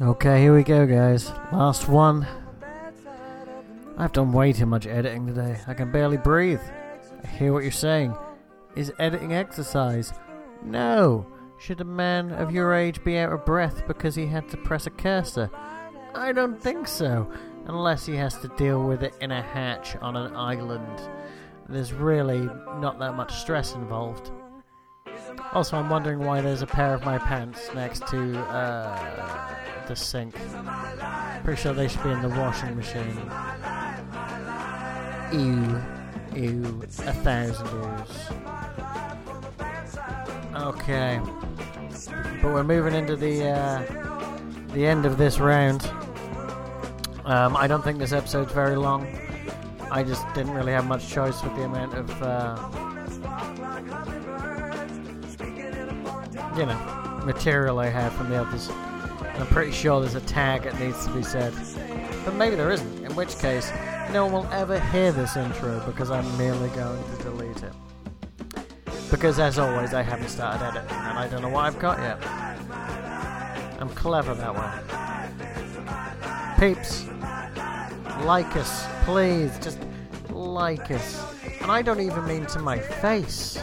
Okay, here we go, guys. Last one. I've done way too much editing today. I can barely breathe. I hear what you're saying. Is editing exercise? No. Should a man of your age be out of breath because he had to press a cursor? I don't think so, unless he has to deal with it in a hatch on an island. There's really not that much stress involved. Also, I'm wondering why there's a pair of my pants next to uh, the sink. Pretty sure they should be in the washing machine. Ew. Ew. A thousand ews. Okay. But we're moving into the uh, the end of this round. Um, I don't think this episode's very long. I just didn't really have much choice with the amount of. Uh, you know, material I had from the others. And I'm pretty sure there's a tag that needs to be said. But maybe there isn't, in which case, no one will ever hear this intro because I'm merely going to delete it. Because as always, I haven't started editing and I don't know what I've got yet. I'm clever that way. Peeps, like us, please, just like us. And I don't even mean to my face.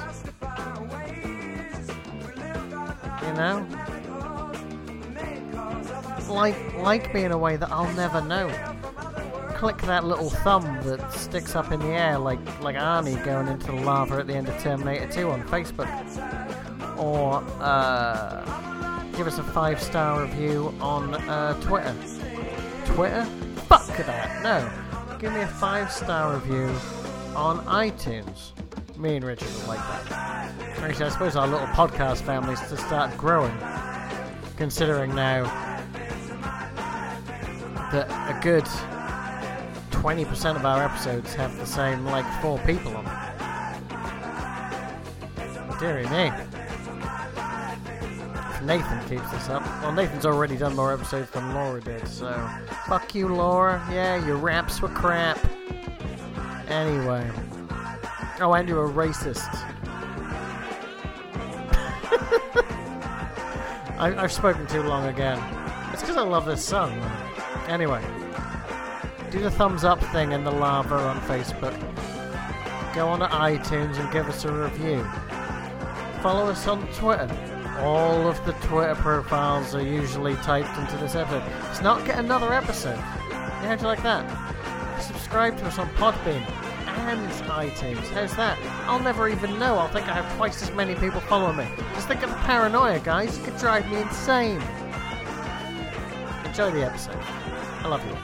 you know? Like, like me in a way that I'll never know. Click that little thumb that sticks up in the air like, like Arnie going into the lava at the end of Terminator 2 on Facebook. Or uh, give us a five star review on uh, Twitter. Twitter? Fuck that! No! Give me a five star review on iTunes. Me and Richard will like that. Actually, I suppose our little podcast family's to start growing, considering now that a good 20% of our episodes have the same, like, four people on them. Dearie me. If Nathan keeps this up. Well, Nathan's already done more episodes than Laura did, so. Fuck you, Laura. Yeah, your raps were crap. Anyway. Oh, and you're a racist. I, I've spoken too long again. It's because I love this song. Anyway, do the thumbs up thing in the lava on Facebook. Go on to iTunes and give us a review. Follow us on Twitter. All of the Twitter profiles are usually typed into this episode. It's not get another episode. Yeah, How'd you like that? Subscribe to us on Podbean and iTunes. How's that? I'll never even know. I'll think I have twice as many people following me. Just think of the paranoia, guys. It could drive me insane. Enjoy the episode. I love you.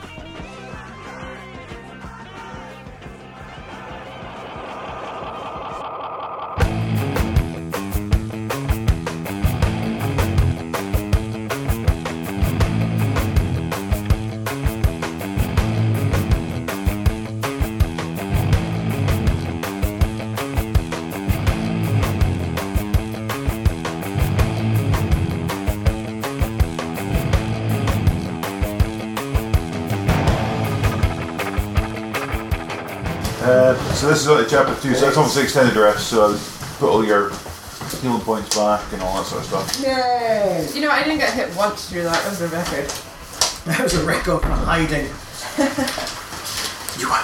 Uh, so this is only chapter two, so that's obviously extended rest, so put all your healing points back and all that sort of stuff. Yay! You know, I didn't get hit once through that. That was a record. That was a record for hiding. you are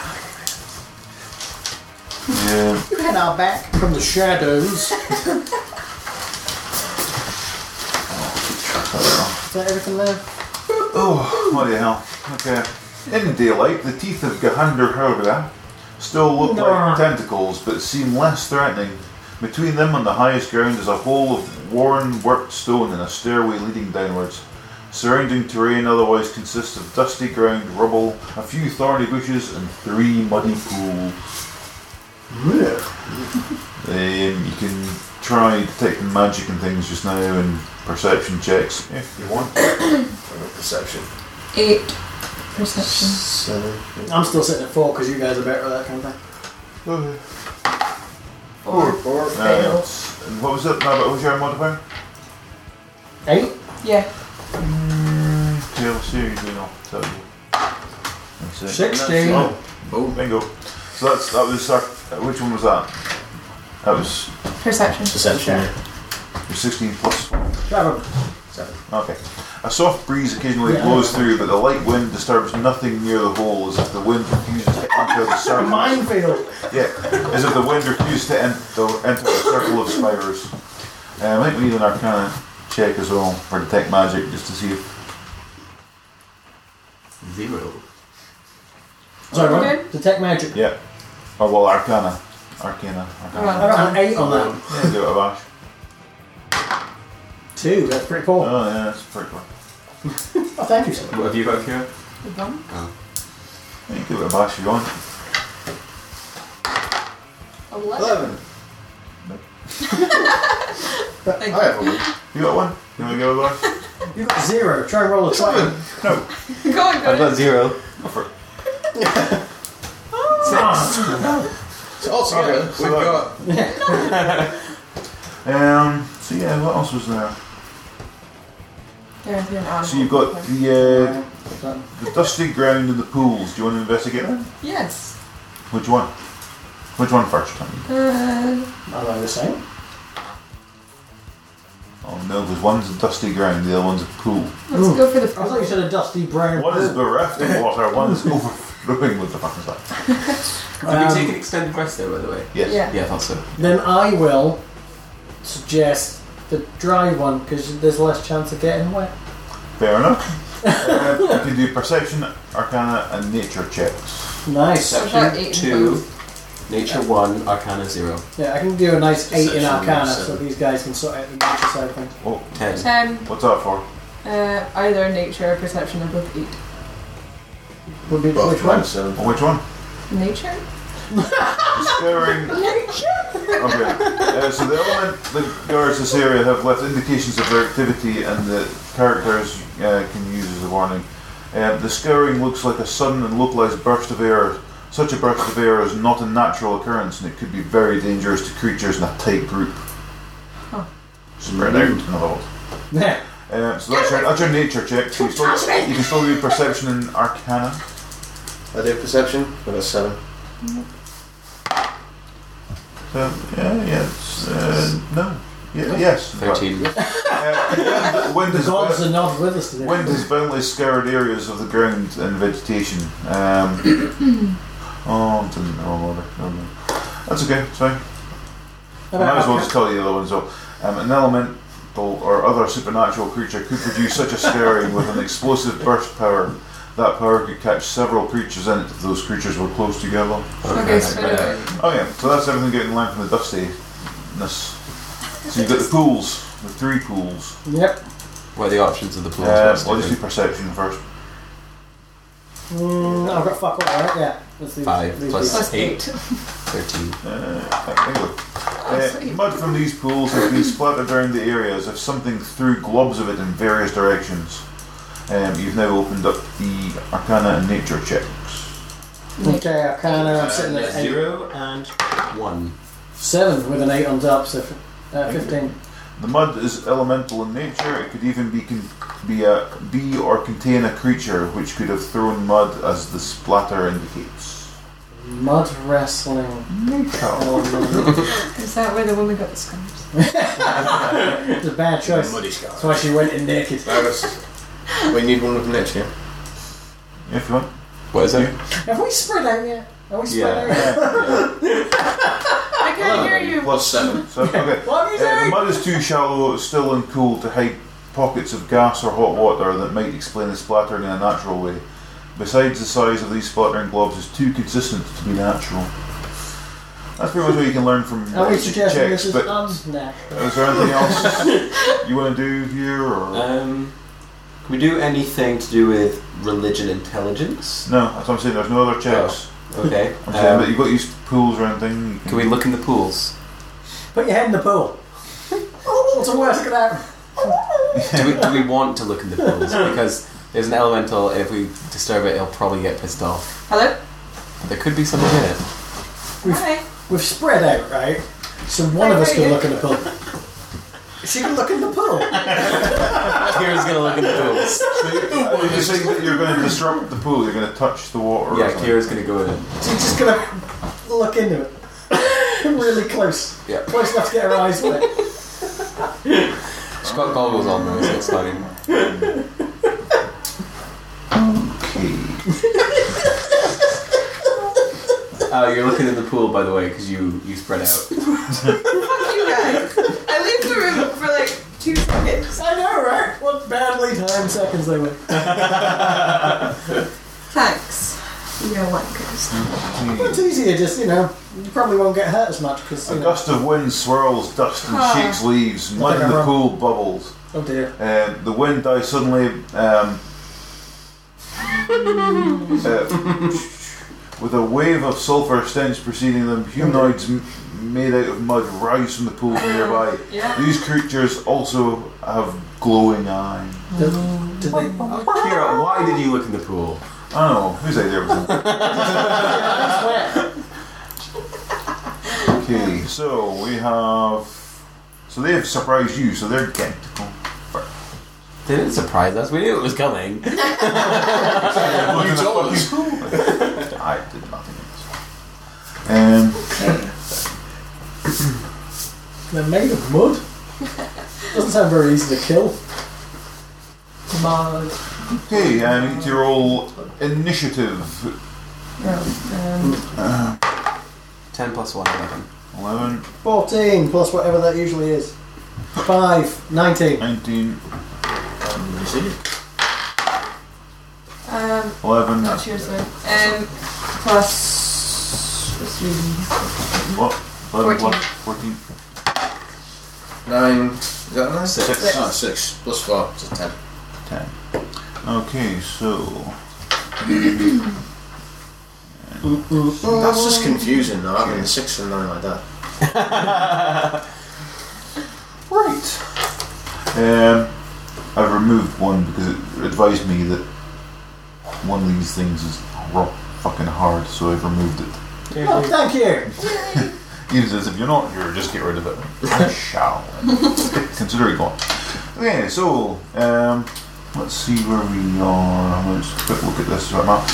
hiding Yeah. and are back from the shadows. Is that everything there? Oh, what the hell. Okay. In daylight, the teeth of Gahander Hurga still look like tentacles, but seem less threatening. Between them and the highest ground is a hole of worn worked stone and a stairway leading downwards. Surrounding terrain otherwise consists of dusty ground, rubble, a few thorny bushes, and three muddy pools. Um, you can try detecting magic and things just now and perception checks if you want. Perception. Eight. Perception. Seven. I'm still sitting at four because you guys are better at that kind of thing. Four. Four Uh, and what was it? No, what was your modifier? Eight? Yeah. Tail series renal. That's it. That's it. Sixteen. Oh, bingo. So that's that was our, uh, which one was that? That was Perception. your 16 plus. Seven. Seven. Okay. A soft breeze occasionally Yeah. blows through, but the light wind disturbs nothing near the hole as if the wind refuses to enter the A circle. minefield. Yeah, as if the wind refused to enter, enter the circle of spiders. Uh, I think we need an arcana check as well, or detect magic, just to see if. Zero. Sorry, Okay. what? Detect magic. Yeah. Or, well, arcana. Arcana. Arcana. I Well, got an eight on that. Yeah, do it, Abash. Two. That's pretty poor. Oh, yeah, that's pretty cool. oh, thank you, sir. What have you got here? the bum. Yeah, you can do it, Abash, if you want. Eleven. Eleven. Nope. I have a one. You got one? You want to go, Abash? You got zero. Try and roll a twenty. no. Go on, I've go got on. zero. Go for it. So altogether, we've got- Um, so, yeah, what else was there? Darren's an animal. So, you've got Okay. the, uh, the dusty ground and the pools. Do you want to investigate them? Yes. Which one? Which one first? I mean, Uh, Are they the same? Oh no, because one's a dusty ground, the other one's a pool. let's go for the I thought you said a dusty brown. One is pool. bereft of water, one is overflowing with the butterfly. Did um, we take an extended rest there, by the way? Yes. Yeah. Yeah, I thought so. Then I will suggest the dry one because there's less chance of getting wet. Fair enough. Uh, you can do perception, arcana, and nature checks. Nice. I've got eight in Two. both. Nature one, Arcana zero. Yeah, I can do a nice eight in Perception, Arcana, so seven. these guys can sort out the nature side of things. Oh, Ten. Ten. what's that for? Uh, either nature or perception are both eight. Would be Well, which one? seven. Oh, which one? Nature? Discovering. Okay. Uh, so the element that guards this area have left indications of their activity, and the characters uh, can use as a warning. Um, the scouring looks like a sudden and localized burst of air. Such a burst of air is not a natural occurrence, and it could be very dangerous to creatures in a tight group. Spread out, in other words. Yeah. Um, so that's your, that's your nature check. So you, still, you can still do perception and arcana. I did perception. I got a seven. So, yeah, yeah. it's, uh, no. Yeah, yes. Thirteen. Uh, when The does gods are not with us today. Wind has boundlessly scoured areas of the ground and vegetation. Um, oh, it's in the wrong order. Never mind. That's okay, it's fine. I might as well just tell you the other one. So, um, an elemental or other supernatural creature could produce such a scouring with an explosive burst power. That power could catch several creatures in it if those creatures were close together. Okay, straight away. uh, Oh yeah, so that's everything getting line from the dustiness. So you've got the pools, the three pools. Yep. What are the options of the pool? Uh, well, just do perception first. Mm, I've got fuck all right. Yeah. Let's do Five these people. plus- Plus eight. Thirteen. Uh, there you go. sweet. Uh, mud from these pools has been splattered around the area as if something threw globs of it in various directions. Um, you've now opened up the Arcana and Nature checks. Okay, Arcana. I'm sitting at Uh, eight zero. and One. seven with an eight on top, so f- uh, fifteen. The mud is elemental in nature. It could even be con- be a be or contain a creature which could have thrown mud, as the splatter indicates. Mud wrestling. Nature. Oh, Is that where the woman got the scars? no. it's a bad choice. Muddy That's scar. why she went in naked. I was, we need one with nature. yeah? If you want, What is it? Have we spread out yet? Are we spread out? Yeah. yet? yeah. I can't hear you. Plus seven. so okay. What are we Uh, the doing? mud is too shallow, still and cool to hide pockets of gas or hot water that might explain the splattering in a natural way. Besides, the size of these splattering globs is too consistent to be natural. That's pretty much what you can learn from Are we uh, suggesting checks. this is but unnatural? is there anything else you want to do here, or Um, can we do anything to do with religion intelligence? no? That's what I'm saying. There's no other checks. Okay. I'm saying, but Um, you've got these pools or anything. you can we look in the pools? Put your head in the pool. Oh, What's the worst that could happen? Do we, do we want to look in the pools? Because there's an elemental, if we disturb it, it'll probably get pissed off. Hello? There could be something in it. Hi. We've spread out, right? So one of us can look in the pool. She can look in the pool. Kira's gonna look in the pools. Are you saying that you're going to disrupt the pool? You're going to touch the water? or Yeah, something? Kira's gonna go in. She's just gonna look into it. really close. Yeah. Close enough to get her eyes wet. She's got goggles on though, so it's fine. Uh, you're looking in the pool, by the way, because you, you spread out. Fuck you guys. I leave the room for like two seconds. I know, right? What badly timed seconds they were. Thanks. You're wankers. Well, it's easier, just, you know, you probably won't get hurt as much because, A you know. gust of wind swirls dust and shakes leaves, mud in the pool bubbles. Oh dear. Uh, the wind dies suddenly. Um, uh, with a wave of sulphur stench preceding them, humanoids m- made out of mud rise from the pool nearby. Yeah. These creatures also have glowing eyes. Did, did they, oh, Uh, Kira, why did you look in the pool? I don't know, whose idea was that? that's wet. Okay, so we have. So they have surprised you, so they're tentacle. They didn't surprise us. We knew it was coming. you told us. I did nothing. Um, They're made of mud. Doesn't sound very easy to kill. Mud. okay, I need to roll initiative. Um, 10 plus 1, 11. 11, 14 plus whatever that usually is. 5, 19. 19, um, 11. not sure, sorry. Um, plus. What's the- What? 11, Fourteen. what? 14. Nine. Is that nine? Six. Six. Oh, six. Plus four. So ten. 10. Okay, so. That's just confusing, though. I mean, the six and nine like that. Right. Um, I've removed one because it advised me that one of these things is rock fucking hard, so I've removed it. Oh, thank you. He says, if you're not here, just get rid of it. I shall. Consider it gone. Okay, so, um, let's see where we are. Let's quick look at this right now.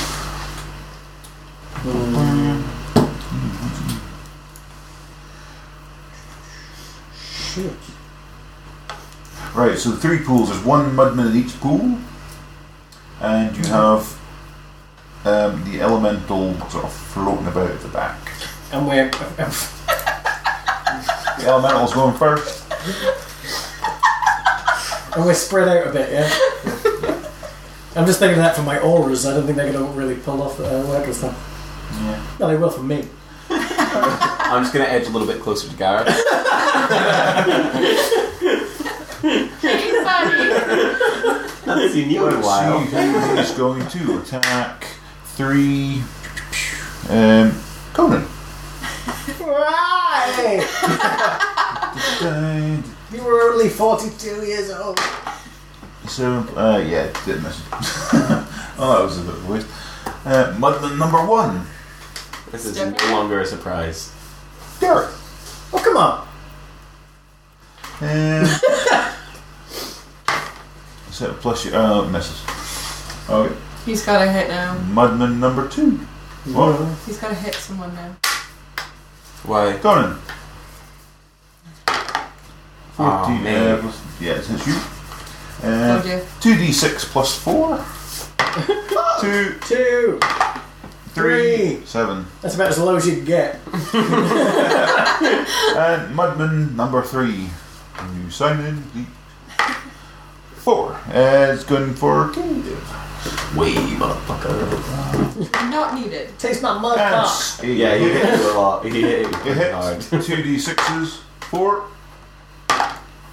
Shit. Right, so the three pools. There's one mudman in each pool, and you have um, the elemental sort of floating about at the back. And we're. The elemental's going first. And we're spread out a bit, yeah? I'm just thinking of that for my auras. I don't think they're going to really pull off uh, work with them. Yeah. No, they will for me. I'm just going to edge a little bit closer to Gareth. Hey, buddy. Haven't seen you in a while. See who is going to attack three. Um, Conan. Right! Uh, You were only 42 years old. So, uh, yeah, didn't miss. oh, that was a bit of a waste. Uh, Mudman number one. This is no longer a surprise. Derek. Oh, come on. Um, so, plus your. Uh, misses. Okay. He's got a hit now. Mudman number two. What? He's got to hit someone now. Why? Conan. 14. Aw, uh, Oh, man. plus, yeah, since you. Oh Uh, dear. 2d6 plus 4. 2, Two. 3, Three. 7. That's about as low as you can get. And Mudman number three. New Simon. the- Four. Uh, it's going for Cave. Way, motherfucker. Not needed. Taste my mud cock. That's Yeah, you hit you a lot. You hit you It pretty hard. hits two d6s. Four,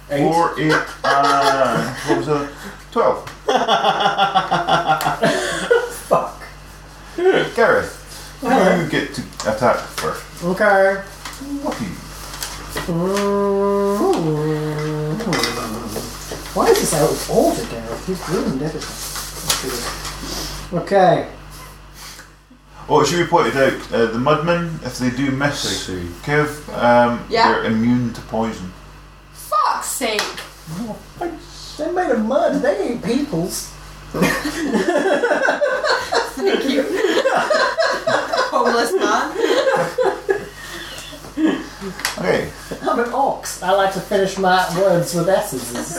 Eight. four, eight, and what was that? Twelve. Fuck. Gareth, you get to attack first. Okay. Mm. Lucky. Why is this out of order, Gareth? He's ruined everything. Okay. Oh, it should be pointed out uh, the Mudmen, if they do miss Three, Kev, um, Yeah. they're immune to poison. Fuck's sake. They're made of mud. They ain't peoples. Thank you. Homeless man. Okay. I'm an ox. I like to finish my words with S's.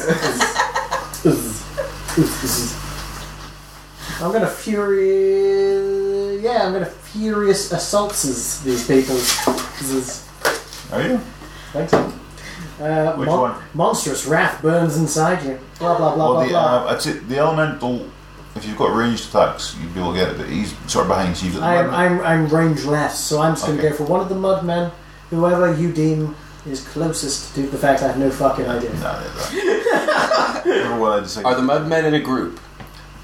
I'm gonna fury. Yeah, I'm gonna furious assaults as these people. This is- Are you? Thanks. Uh, Which mon- one? Monstrous wrath burns inside you. Blah blah blah Well, blah the, blah. uh, I'd say the elemental, if you've got ranged attacks, you'd be able to get it, but he's sort of behind you at the I'm, moment. I'm, I'm range less, so I'm just going to uh, Okay. go for one of the mud men, whoever you deem is closest to the fact I have no fucking idea. Nah, they're that. Remember what I decided? Are the mudmen in a group?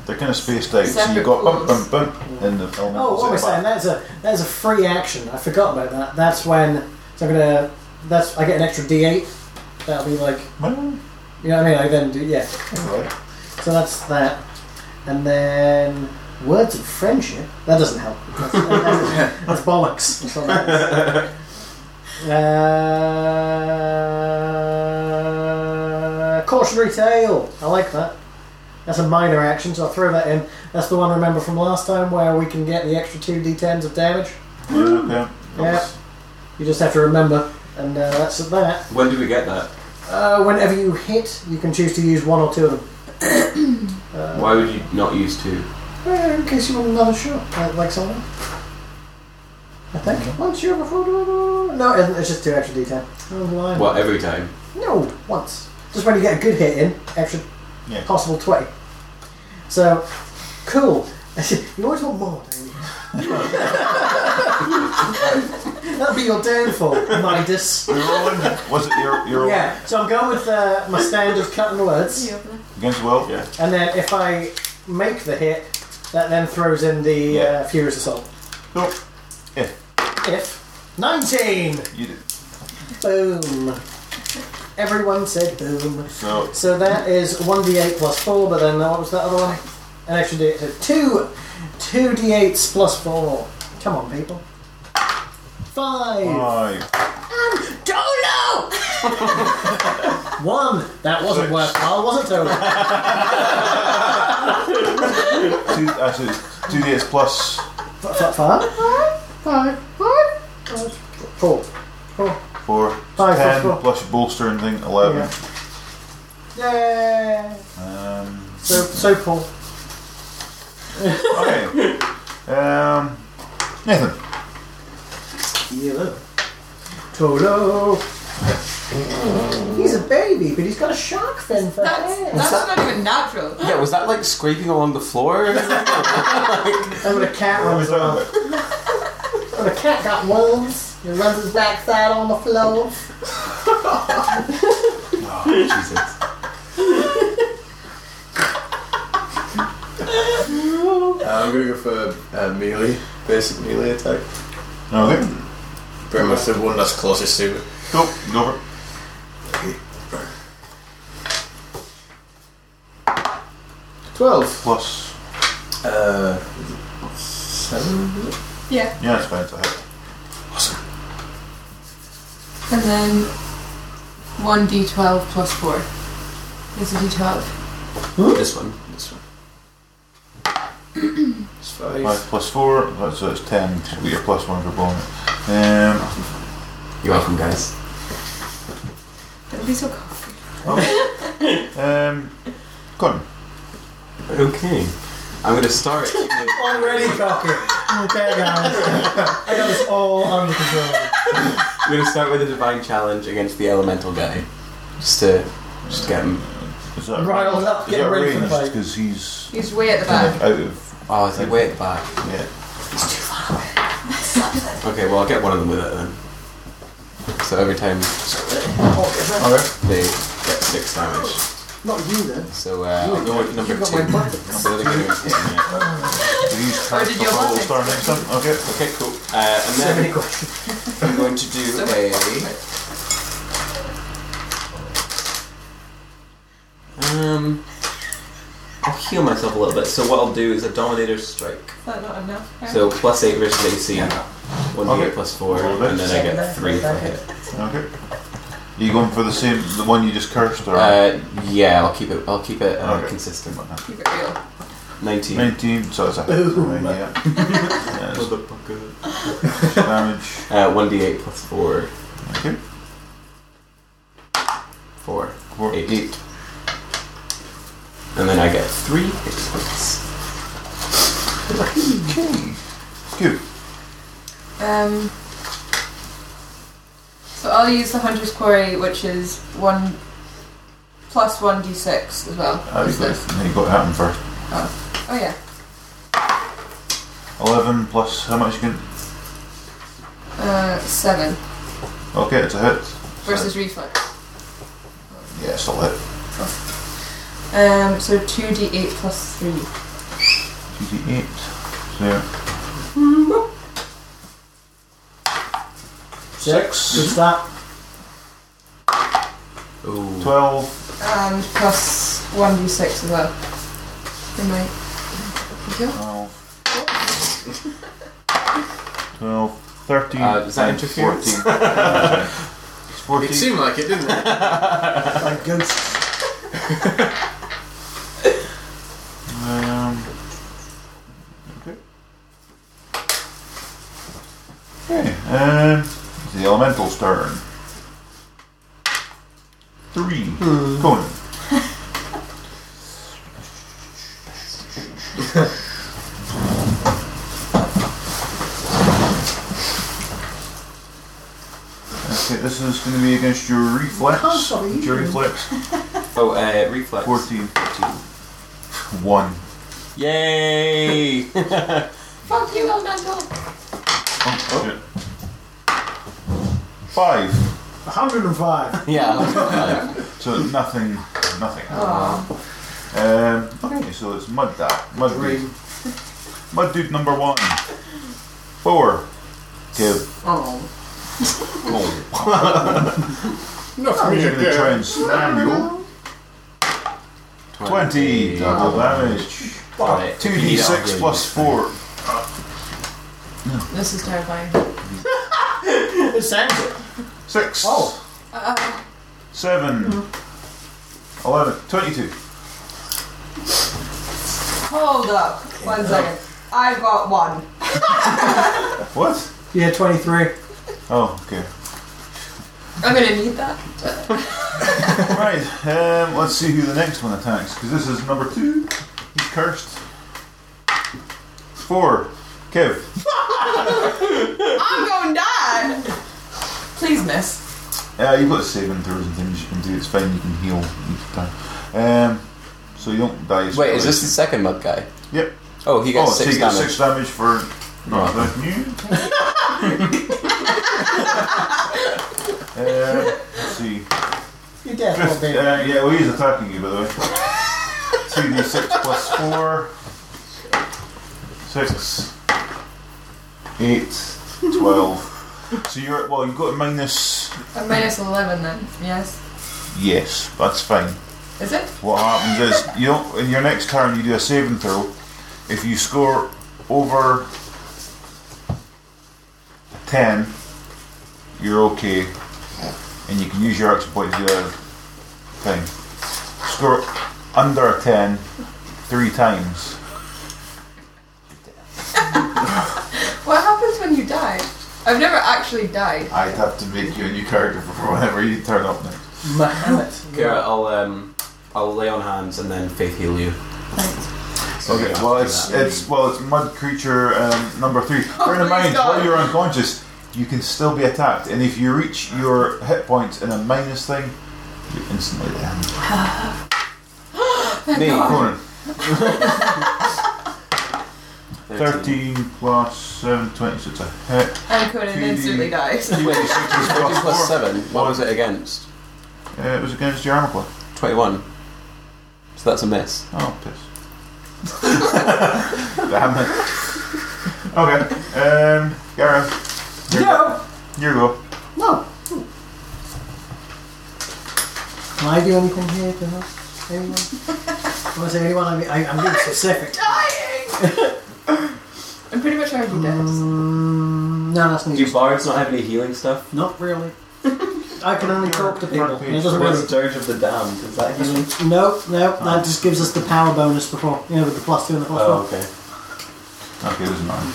They're kind of spaced out, so Separate you've got bump, pools. bump, bump, and the elemental. Oh, what am I saying? That's a that's a free action. I forgot about that. That's when so I'm gonna that's I get an extra D8. That'll be like Well, you know what I mean. I then do yeah. right. So that's that, and then words of friendship. That doesn't help. That's, that's, that's bollocks. That's what that is. Uh, cautionary tale. I like that. That's a minor action, so I'll throw that in. That's the one I remember from last time where we can get the extra two d10s of damage. Yeah, Yeah. You just have to remember, and uh, that's that. When do we get that? Uh, whenever you hit, you can choose to use one or two of them. Why would you not use two? Uh, in case you want another shot, like, like someone. I think. Once you're before. No, it isn't. It's just two extra Oh, d10. I was lying. Well, every time. No, once. Just when you get a good hit in, extra Yeah. possible 20. So, cool. you always want more, don't you? That'll be your downfall, Midas. We were rolling. Was it your your Yeah, so I'm going with uh, my standard cutting words. against will? Yeah. And then if I make the hit, that then throws in the uh, Yeah. Furious Assault. No. Yeah. If 19! You did. Boom. Everyone said boom. So So that is 1d8 plus 4, but then what was that other one? An extra d8. So 2 2d8s plus 4. Come on, people. 5. five. Dolo! 1. That wasn't worthwhile, was it, Tony? Two. Actually, two days plus. 5. 5. 4. 4. Four, Five, ten, plus four. plus your bolster and thing, eleven. Yay! Um, So, so Paul. okay. um, Nathan. Yellow. Tolo. He's a baby, but he's got a shark fin for That's, hair. that's not even natural. Yeah, was that like scraping along the floor? And when a cat runs around. When a cat got worms, he runs his backside on the floor. Jesus. I'm gonna go for uh, melee, basic melee attack. No, I think. Pretty much the one that's closest to it. Go. Go for it. Twelve. Plus. Uh, seven. Yeah. Yeah, it's fine. It's a hit. And then 1d12 plus 4. It's a d12. This one. This one. It's Five plus four. That's so it's ten. So we get plus one for bonus. Um, You're welcome, guys. Don't be so comfy. um, Con. Okay. I'm gonna start. Already cocky. Okay, guys. I got this all under control. I'm gonna start with a divine challenge against the elemental guy, just to just get him. Is that Riled up, Is getting that ready for the ranged? fight. Because he's He's way at the kind of back. out of. Oh, it's like way at the back. Yeah. Okay, well I'll get one of them with it then. So every time Okay. they get six damage. Not you then. So uh, I'll go with number You got two. my Number bucket. two. Yeah. So he's cast Or did plus you want level it? star next time. Okay. Okay, cool. Uh, and So many then questions. I'm going to do a. Um, I'll heal myself a little bit. So what I'll do is a Dominator Strike. Is that not enough? So plus eight versus AC, one Okay. d8 plus four, Roll and this. then I get three for a hit. Okay. Are you going for the same, the one you just cursed, or Uh, yeah, I'll keep it. I'll keep it uh, Okay. consistent. Keep it real. Nineteen. nineteen? So it's a hit. Ooh. Right, yeah. yeah it's Motherfucker. damage. Uh, one d8 plus four. Okay. Four. Four, Eight. eight. And then I get three hit points. Good. Um, so I'll use the Hunter's Quarry, which is one plus one d6 as well. That was Is good. this- Oh, You got that one first. Oh yeah. 11 plus how much you can. Uh, seven Okay, it's a hit. versus reflex. Yeah, it's a hit. Um, so two d8 plus three. 2d8. So, Six. It's that. Ooh. 12. And plus 1d6 as well. Good night. There you go. 12. 12. 13. Uh, is that and interference? 14. Uh, it's 14. It seemed like it, didn't it? Like ghosts. Um, okay. Okay, um, it's the elemental's turn. Three. Hmm. Conan. Okay, this is going to be against your Oh, reflex. sorry. Your reflex. Oh, uh, reflex. 14. One. Yay! Fuck you, old man. go. Oh. Five. 105. yeah. So nothing, nothing. Aw. Um, okay, so it's mud dude. Mud dude. Mud dude number one. Four. Give. Oh. Oh, Not for I'm gonna me try again. and slam you. Twenty. Double damage. Got it. Two d six Yeah. plus four. This is terrifying. it sounds it. Six. Oh. Seven. Mm-hmm. Eleven. Twenty-two. Hold up. One second. I got one. What? Yeah, 23. Oh, okay. I'm gonna need that. Right, um, let's see who the next one attacks, because this is number two. He's cursed. Four. Kev. I'm going down! Please miss. Uh, you've got saving throws and things you can do. It's fine. You can heal each time. Um, so you don't die. as Wait, quickly. is this the second mud guy? Yep. Oh, he Oh, got so six you get damage. six damage for not attacking you. uh, let's see. You're dead, Just, old man. uh, yeah, well, he's attacking you, by the way. 2d6 plus 4. 6. 8. 12. So you're, well, you've got minus. I'm minus 11 then. Yes. Yes, that's fine. Is it? What happens is, you don't, in your next turn, you do a saving throw. If you score over 10, you're okay. And you can use your action point to do that thing. Score under 10 three times. What happens when you die? I've never actually died. I'd have to make you a new character for whenever you turn up next. Mahomet. Garrett, I'll um, I'll lay on hands and then faith heal you. Okay, well it's it's well it's mud creature um, number three. Bear in please mind don't. while you're unconscious, you can still be attacked, and if you reach your hit points in a minus thing, you're instantly down. Me. Conan, 13. uh, thirteen plus seven, twenty, so it's a hit. And Conan Two D- instantly dies. Two D sixes Thirteen plus plus four. 7. What was it against? Uh, it was against your armor class. 21. So that's a miss. Oh piss! Damn it. Okay, um, Gareth, No! you go. No. Can I do anything here to help anyone? when I say anyone, I mean, I, I'm being specific. Dying! I'm pretty much already dead. Mm, no, that's not bards not have any healing stuff? Not really. I can only talk to people. Front page. It doesn't really. Dirge of the Damned? Is that healing? No, no, that just gives us the power bonus before, you know, with the plus two and the plus Oh, one. okay. Okay, there's an arm.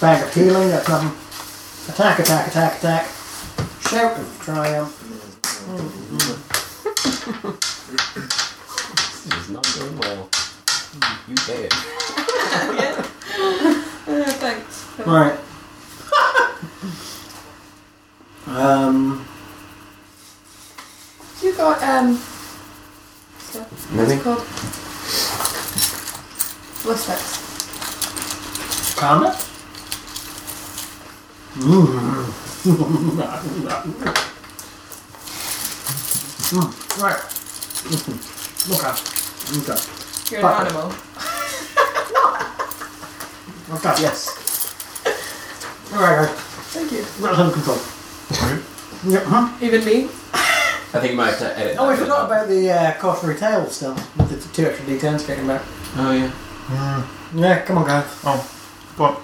Bag of healing, that's nothing. Attack, attack, attack, attack. Shout of triumph. This is not going well. You say it. Uh, thanks. Right. Um, You got um. What's Maybe? it called? Ballistics. Karma? Mm. right. Okay. Okay. You're Fuck. an animal. Okay. Yes. All right, guys. Thank you. That's under control. Yep. Huh? Even me? I think you might have to edit. Oh, we that bit forgot out. about the uh, cautionary tale still. With the two extra d10s kicking back. Oh yeah. Yeah, come on, guys. Oh, But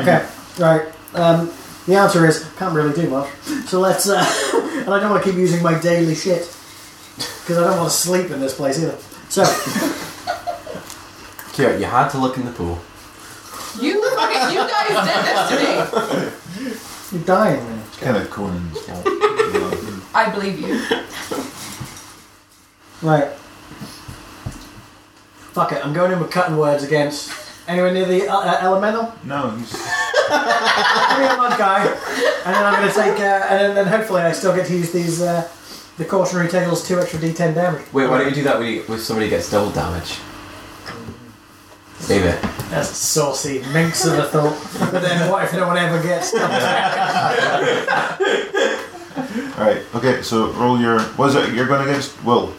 Okay, right. Um, the answer is can't really do much. So let's. Uh, and I don't want to keep using my daily shit because I don't want to sleep in this place either. So Kira, you had to look in the pool. You fucking you guys did this to me. you're dying. Man. it's kind of Conan's fault. I believe you. Right. Fuck it. I'm going in with cutting words against anywhere near the uh, uh, elemental. no, he's Give me a mud guy, and then I'm going to take. Uh, and then hopefully I still get to use these. Uh, the cautionary tales two extra d10 damage. Wait, why don't you do that when, you, when somebody gets double damage? Save it. That's saucy minx of a thought. But then what if no one ever gets? all right. Okay, so roll your. What is it? You're going against Will.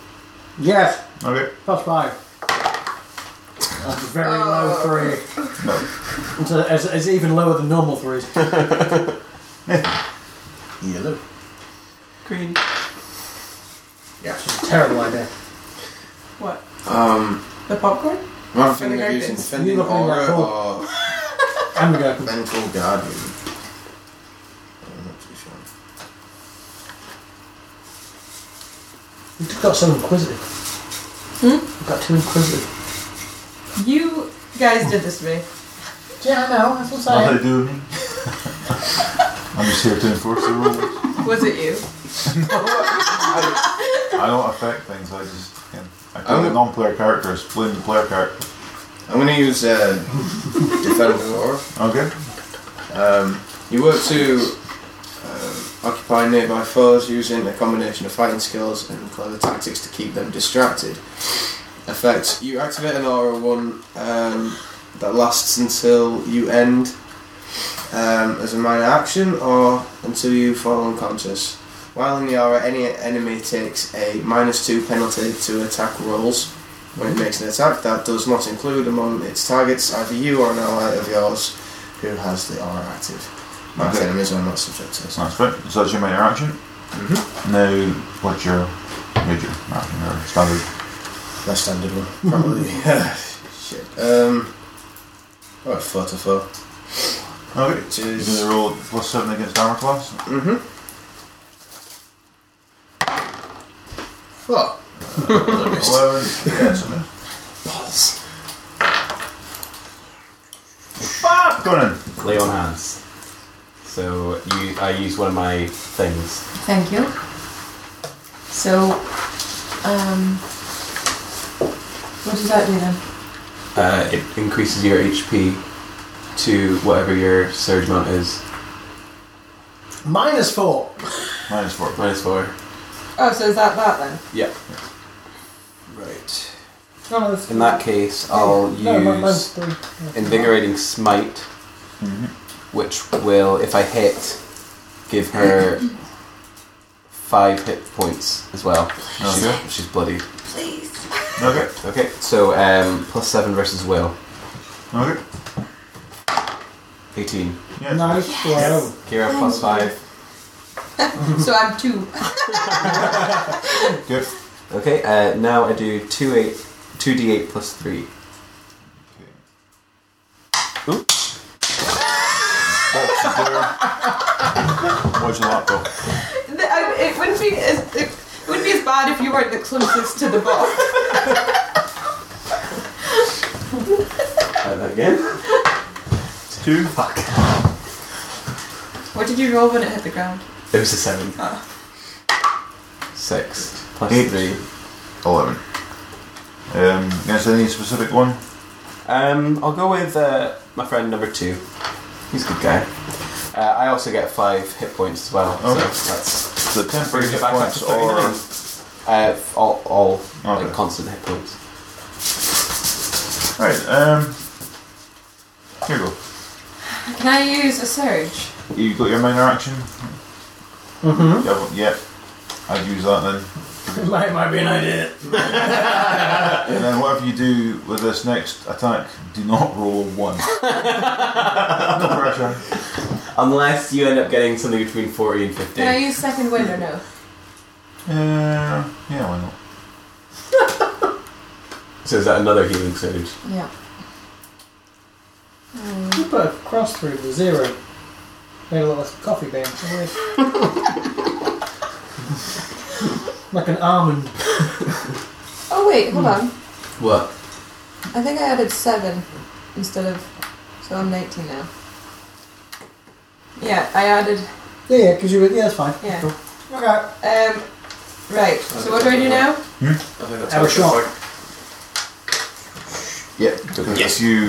yes. Okay. Plus five. That's a very low three. It's, a, it's, it's even lower than normal threes. yellow. Green. Yes. Terrible idea. What? Um, The popcorn? am I thinking of Fending using Guardians. Fending You look like Aura that or I'm gonna go. Mental Guardian? I'm not too sure. You've got so inquisitive. Hmm? You've got too inquisitive. You guys did this to me. Yeah, I know. That's what Nothing to do with me. I'm just here to enforce the rules. Was it you? I don't affect things. I just can. I play I'm- the non-player characters. Blame the player character. I'm going to use uh, Defending Aura. Okay. Um, you work to um, occupy nearby foes using a combination of fighting skills and clever tactics to keep them distracted. Effect You activate an aura one um, that lasts until you end um, as a minor action or until you fall unconscious. While in the aura, any enemy takes a minus two penalty to attack rolls when it makes an attack that does not include among its targets either you or an ally of yours who has the aura active. Marked Okay. enemies are not subject to this. So that's right. So that's your major action. Mm-hmm. Now, what's your major action or standard? That standard one, probably. Shit. Um. Alright, four to four. Okay. Which You're is. going to roll plus seven against armor class. Mm-hmm. Four. Eleven. yes. Okay. Balls. Fuck, Conan. Lay on hands. So you, I use one of my things. Thank you. So, um, what does that do then? Uh, it increases your HP to whatever your surge amount is. Minus four. Minus four. Minus four. Oh, so is that that then? Yeah. Right. No, no, that's- In that case, I'll no, mi- minus use three. invigorating smite, which will, if I hit, give her five hit points as well. Okay. She's, she's bloodied. Please. Okay. Oh, Okay. So um, plus seven versus will. Okay. 18. Yeah. Nice. Yes. Kira plus five. so I'm two. Good. Okay, uh, now I do 2 eight, 2d8 plus 3. Okay. Ooh. Box is there. Watch the laptop. Th- I- It wouldn't be as it wouldn't be as bad if you weren't the closest to the box. Try that again. Two. Fuck. What did you roll when it hit the ground? It was a 7. Ah. 6 plus Eight. 3. Eleven. Um, yes, any specific one? Um, I'll go with uh, my friend number 2. He's a good guy. Uh, I also get five hit points as well. Okay. So that's So temporary brings it hit back up points to or 39. Uh, f- all, all Okay. like constant hit points. right. Um, here you go. Can I use a surge? You got your minor action. Mm-hmm. Yeah, well, yeah. I'd use that then. That might be an idea. And then whatever you do with this next attack, do not roll one. no pressure. Unless you end up getting something between 40 and 50. Can I use second wind or no? Uh, yeah, why not? So is that another healing surge? Yeah. You put a cross through the zero. Made a little coffee bean. It's weird. like an almond. Oh wait, hold on. What? I think I added seven instead of, so I'm 19 now. Yeah, I added. Yeah, yeah, because you were. Yeah, that's fine. Yeah. Cool. Okay. Um, right. So what do I do now? I think that's Have a what it looks shot. like. Yeah, because yes. Yes. you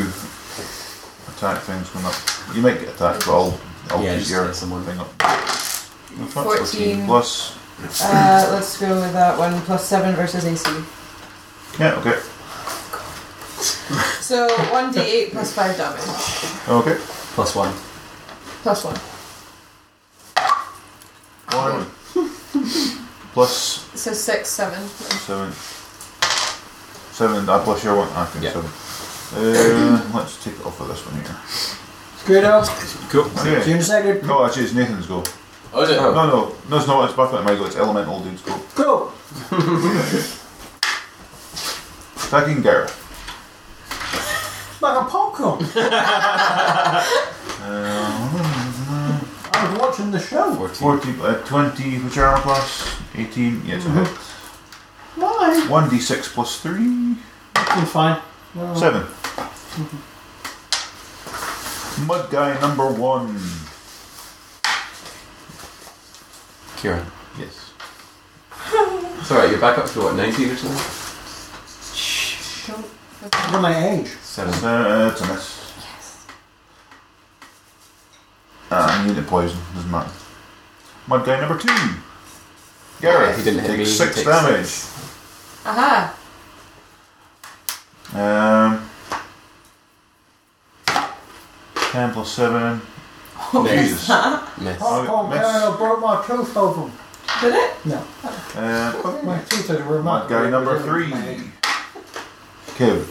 attack things when up. You might get attacked, but I'll, I'll Yeah, keep just your hit someone. thing up. That's 14. plus. Uh, let's go with that one. Plus seven versus AC. Yeah, okay. So one d8 plus five damage. Okay. Plus one. Plus one. One. plus So six, seven. seven. Seven, uh, plus your one. I think Yeah. seven. Uh, let's take it off of this one here. Screedo. Cool. Okay. June second. No, actually, it's Nathan's go. Oh, is it? No, no, no, it's not. It's back at my go. It's elemental dude's go. Go. Attacking Garrett. Like a popcorn. I was watching the show. 14. 40, uh, 20, which are armor class? 18, yes, I hit. Why? 1d6 plus 3. I'm fine. 7. Mud guy number 1. Kieran. Yes. It's alright, you're back up to what, 90 originally? Don't- For my age. Seven. So, uh, it's a miss. Ah, I need a poison, doesn't matter. Mud guy number 2. Gareth He didn't hit takes me, he 6 takes damage. six. Aha. Um, 10 plus 7. Jesus. Miss. Oh, Popcorn miss. Colonel broke my tooth open. Did it? No. Uh, My teeth are remarkable. Mud guy number 3. Kev.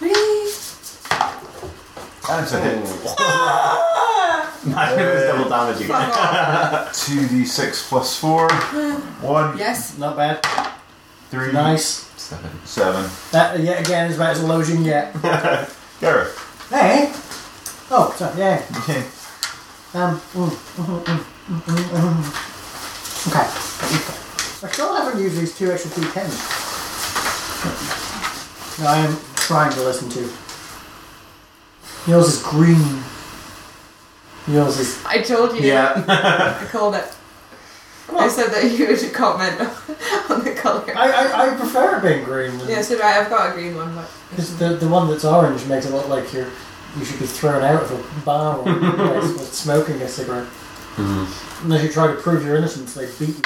Really? That's a hit. I knew it was double damage you got. Fuck off. 2d6 plus 4. 1, yes. Not bad. 3, Nice. Seven. 7. That yet again is about as low as you can get. Gareth. Hey. Oh, sorry. Yeah. Okay. Um. mm, mm, mm, mm, mm, mm. Okay. I still haven't used these two extra d10s. that I am trying to listen to. Yours is green. Yours is. I told you. Yeah. I called it. I said that you would comment on the color. I, I, I prefer it being green. than- Yeah, so do I. I've got a green one, but Because the, the one that's orange makes it look like you're you should be thrown out of a bar or a place with smoking a cigarette. Unless you try to prove your innocence, they beat you.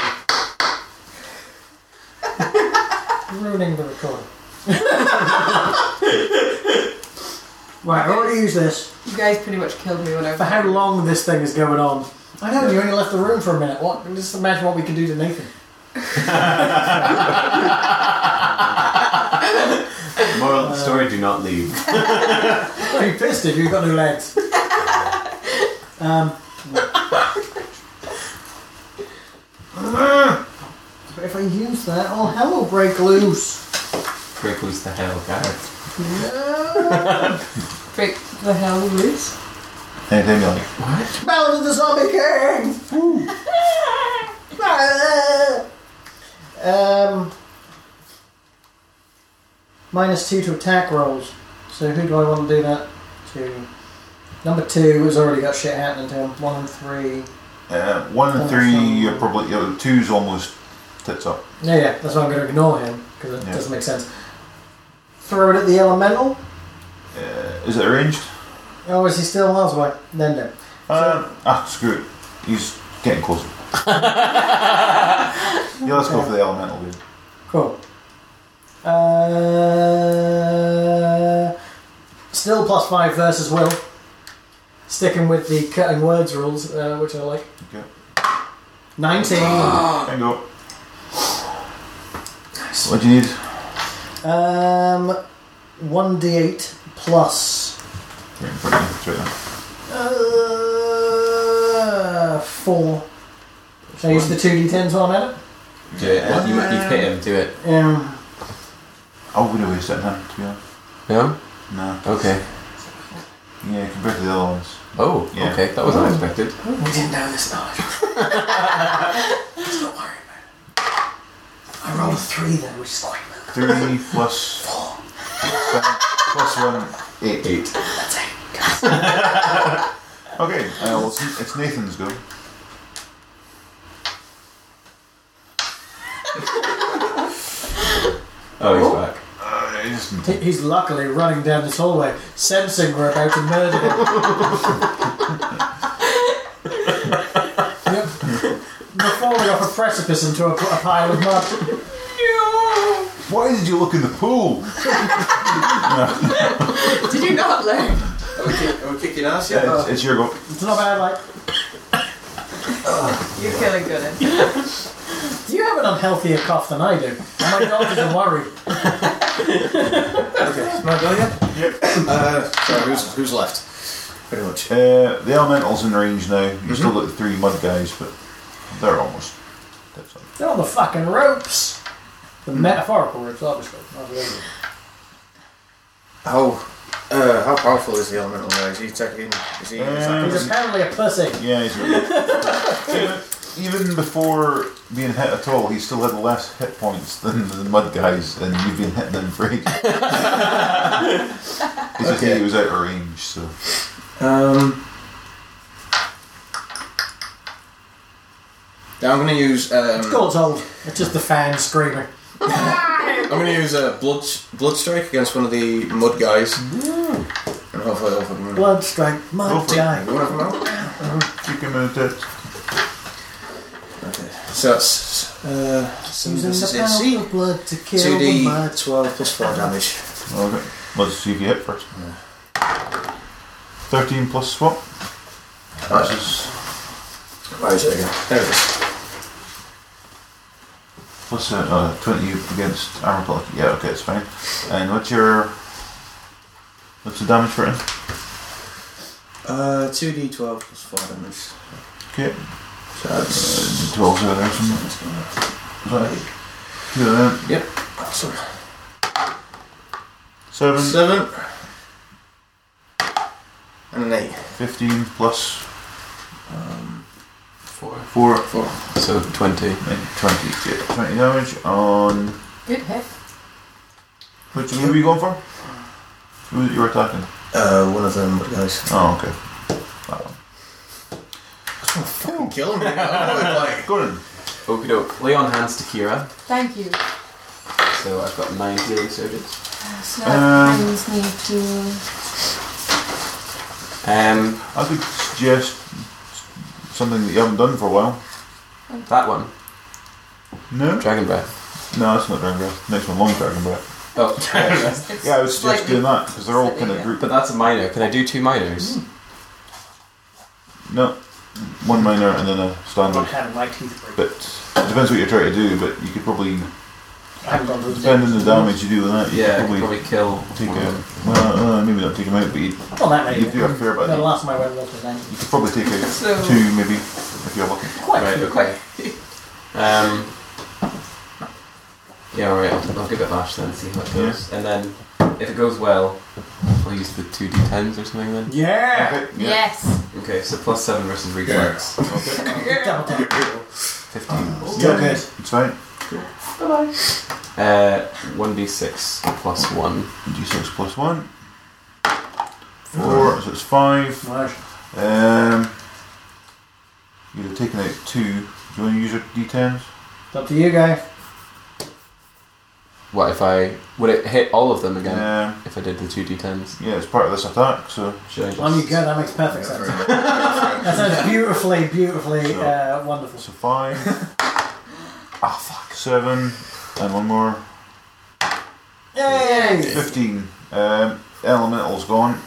Ruining the recording. right, I already used this. you guys pretty much killed me when I. For how long this thing is going on? I know you only left the room for a minute. What? Just imagine what we could do to Nathan. Moral of the story, do not leave. I'd be pissed if you've got no legs. um, but if I use that, all hell will break loose. Break loose the hell, Gareth. Break the hell loose. Anything you like. Ballad of the Zombie King! Woo. um, minus two to attack rolls. So who do I want to do that to? Number two has already got shit happening to him. One and three. Uh, 1 and 3, you're uh, probably. You know, 2's almost tits up. Yeah, yeah, that's why I'm going to ignore him because it Yeah. doesn't make sense. Throw it at the elemental. Uh, is it arranged? Oh, is he still miles away? No, no. Um, ah, screw it. He's getting closer. yeah, let's go for the elemental dude. Cool. Uh, still plus five versus will. Sticking with the cutting words rules, uh, which I like. Okay. 19. Bingo. What do you need? Um, 1d8 plus Right in front of you. It's right there. uh, 4. Should I use the 2d10s while I'm at it? Do it. You, you hit him. Do it. Um, I would have wasted him, to be honest. No. No. Okay. Yeah, compared to the other ones. Oh. Yeah. Okay. That was unexpected. we didn't know this knowledge. Just don't worry about it. I rolled a 3 though, which is quite low. Three plus seven plus one. Eight. Eight. That's it. Okay, uh, well, it's, it's Nathan's go. Oh, he's back. Uh, he's- He- He's luckily running down this hallway, sensing we're about to murder him. yep. We're falling off a precipice into a, a pile of mud. Why did you look in the pool? Did you not learn? Are we, kick, are we kicking ass yet? Yeah, it's, it's your go. It's not bad, like. You're feeling good. eh? aren't you? You have an unhealthier cough than I do. And my dog is a worry. Okay, it's my go yet? Uh, sorry, who's, who's left? Pretty much. Uh, the elemental's in range now. You still got the three mud guys, but they're almost. That's all. They're on the fucking ropes. The metaphorical ropes, obviously. not the real How, uh, how powerful is the elemental now? Is he taking. Is he. is that- ones. He's apparently a pussy. Yeah, he's really- even, even before being hit at all, he still had less hit points than the mud guys, and you've been hitting them for ages. it's just that he was out of range, so. Um, now I'm going to use um, God's old. It's just the fan screaming. I'm going to use a uh, blood blood strike against one of the mud guys, Mm. and hopefully they'll fucking win. Blood strike, Go mud for it. die. One of them out. Keep him in touch. Okay. So that's uh, so Using this is the it. power See, of blood to kill two the D mud. twelve plus four damage. Okay, let's see if you hit first. 13 plus what? That's just Where is it again? There it is. plus uh, uh, 20 against armor block. Yeah, okay, it's fine. And what's your. What's the damage for him? Uh, two D twelve plus four damage. So Okay, that's 12 over there. Some, that's gonna- two of them. Yep. Awesome. Seven, Seven and an eight. 15 plus Four. 4, Four. So twenty. and 20. Yeah, 20 damage on. Good hit. Which who are you going for? Who was it you were attacking? Uh, one of them mud guys. Oh, okay. That one. Fucking kill me. I Gordon. Okie doke. Lay on hands to Kira. Thank you. So I've got nine healing surges. So Um, that brings me to Um, I could suggest something that you haven't done for a while. that one. No? Dragon breath. No, that's not Dragon Breath. Next one, Long Dragon Breath. Oh, dragon breath. It's Yeah, I would suggest slightly- doing that because they're all slightly, kind of yeah. grouped. But that's a minor. Can I do two minors? No, one minor and then a standard. having my teeth break. But it depends what you're trying to do, but you could probably, I haven't gone to the depending on the damage you do with that, you Yeah, could I could probably probably kill. take one of them. out. Well, uh, maybe not take them out, but you, Not that many. you do have fair bit. The last time I went was the then. You could probably take out So- two, maybe, if you're lucky. Quite Right, few. okay. Um, yeah, alright, I'll, I'll give it a bash then, see how it goes. And then, if it goes well, I'll use the 2d10s or something then. Yeah! Okay, yeah. Yes. Okay, so plus 7 versus reflex. Double down. 15. Yeah, okay, it's fine. Uh, 1d6 plus 1. D6 plus one. Four, so it's five. Nice. Um, you'd have taken out two. Do you want to use your d10s? It's up to you, guy. What if I would it hit all of them again Yeah, if I did the two d10s? Um, yeah, it's part of this attack, so. Should I just? On you go, that makes perfect sense. That sounds beautifully, beautifully uh, wonderful. So five. ah, fuck. Seven. And one more. Yay! 15. Um, elemental's gone.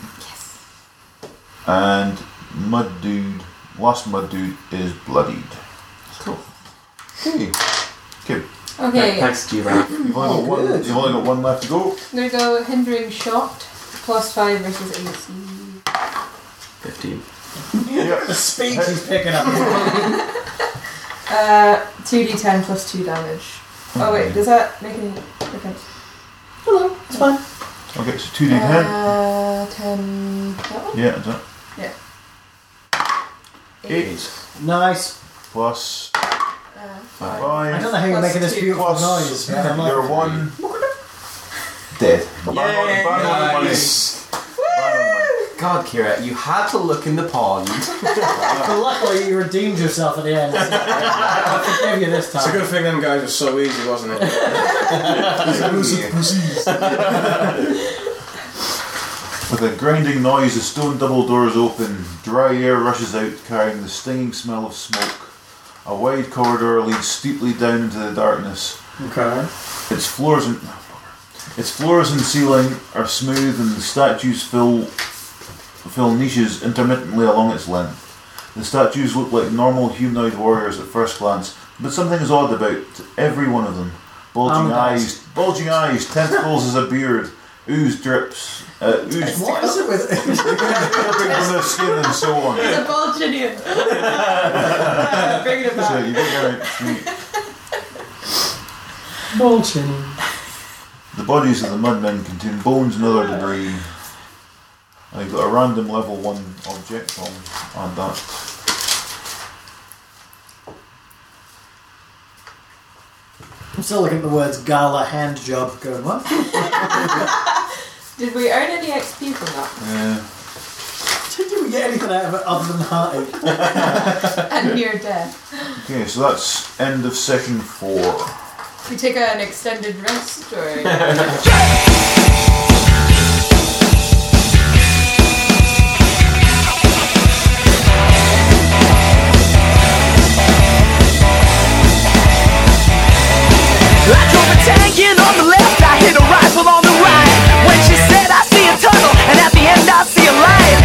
And Mud Dude, last Mud Dude is bloodied. Cool. Okay. Okay. Okay, I'm Thanks, Jiva. You've only, Oh, got one, good. you've only got one left to go. gonna go hindering shot plus five versus AC. Fifteen. The yeah. speech he's picking up. Uh, two d10 plus two damage. Hmm. Oh wait, does that make any difference? Hello, it's fine. Okay, so 2d10. Uh, ten. That one? yeah, that's it. Yeah. Eight. Nice. Plus Uh, Five. I five. don't know how you're Plus making this two. beautiful Plus noise. man. I'm like, You're one. Dead. Bang on- bang on the money. Bang on the money. God, Kira, you had to look in the pond. but luckily, you redeemed yourself at the end. I forgive you this It's a time. good thing them guys were so easy, wasn't it? With a grinding noise, the stone double doors open. Dry air rushes out, carrying the stinging smell of smoke. A wide corridor leads steeply down into the darkness. Okay. Its floors and oh, its floors and ceiling are smooth, and the statues fill fill niches intermittently along its length. The statues look like normal humanoid warriors at first glance, but something is odd about every one of them. Bulging Armadillos. eyes, bulging eyes, tentacles as a beard, ooze drips, uh, ooze What is it with. dripping from their skin, and so on. The Bulgarian. Bring it So back. you get your treat. Mulching. The bodies of the mudmen contain bones and other debris. I got a random level one object on on that. I'm still looking at the words gala hand job going, what? Did we earn any XP from that? Yeah. Did we get anything out of it other than heartache? And near death. Okay, so that's end of session four. We take an extended rest or. I drove a tank in on the left, I hit a rifle on the right. When she said, I see a tunnel, and at the end, I see a light.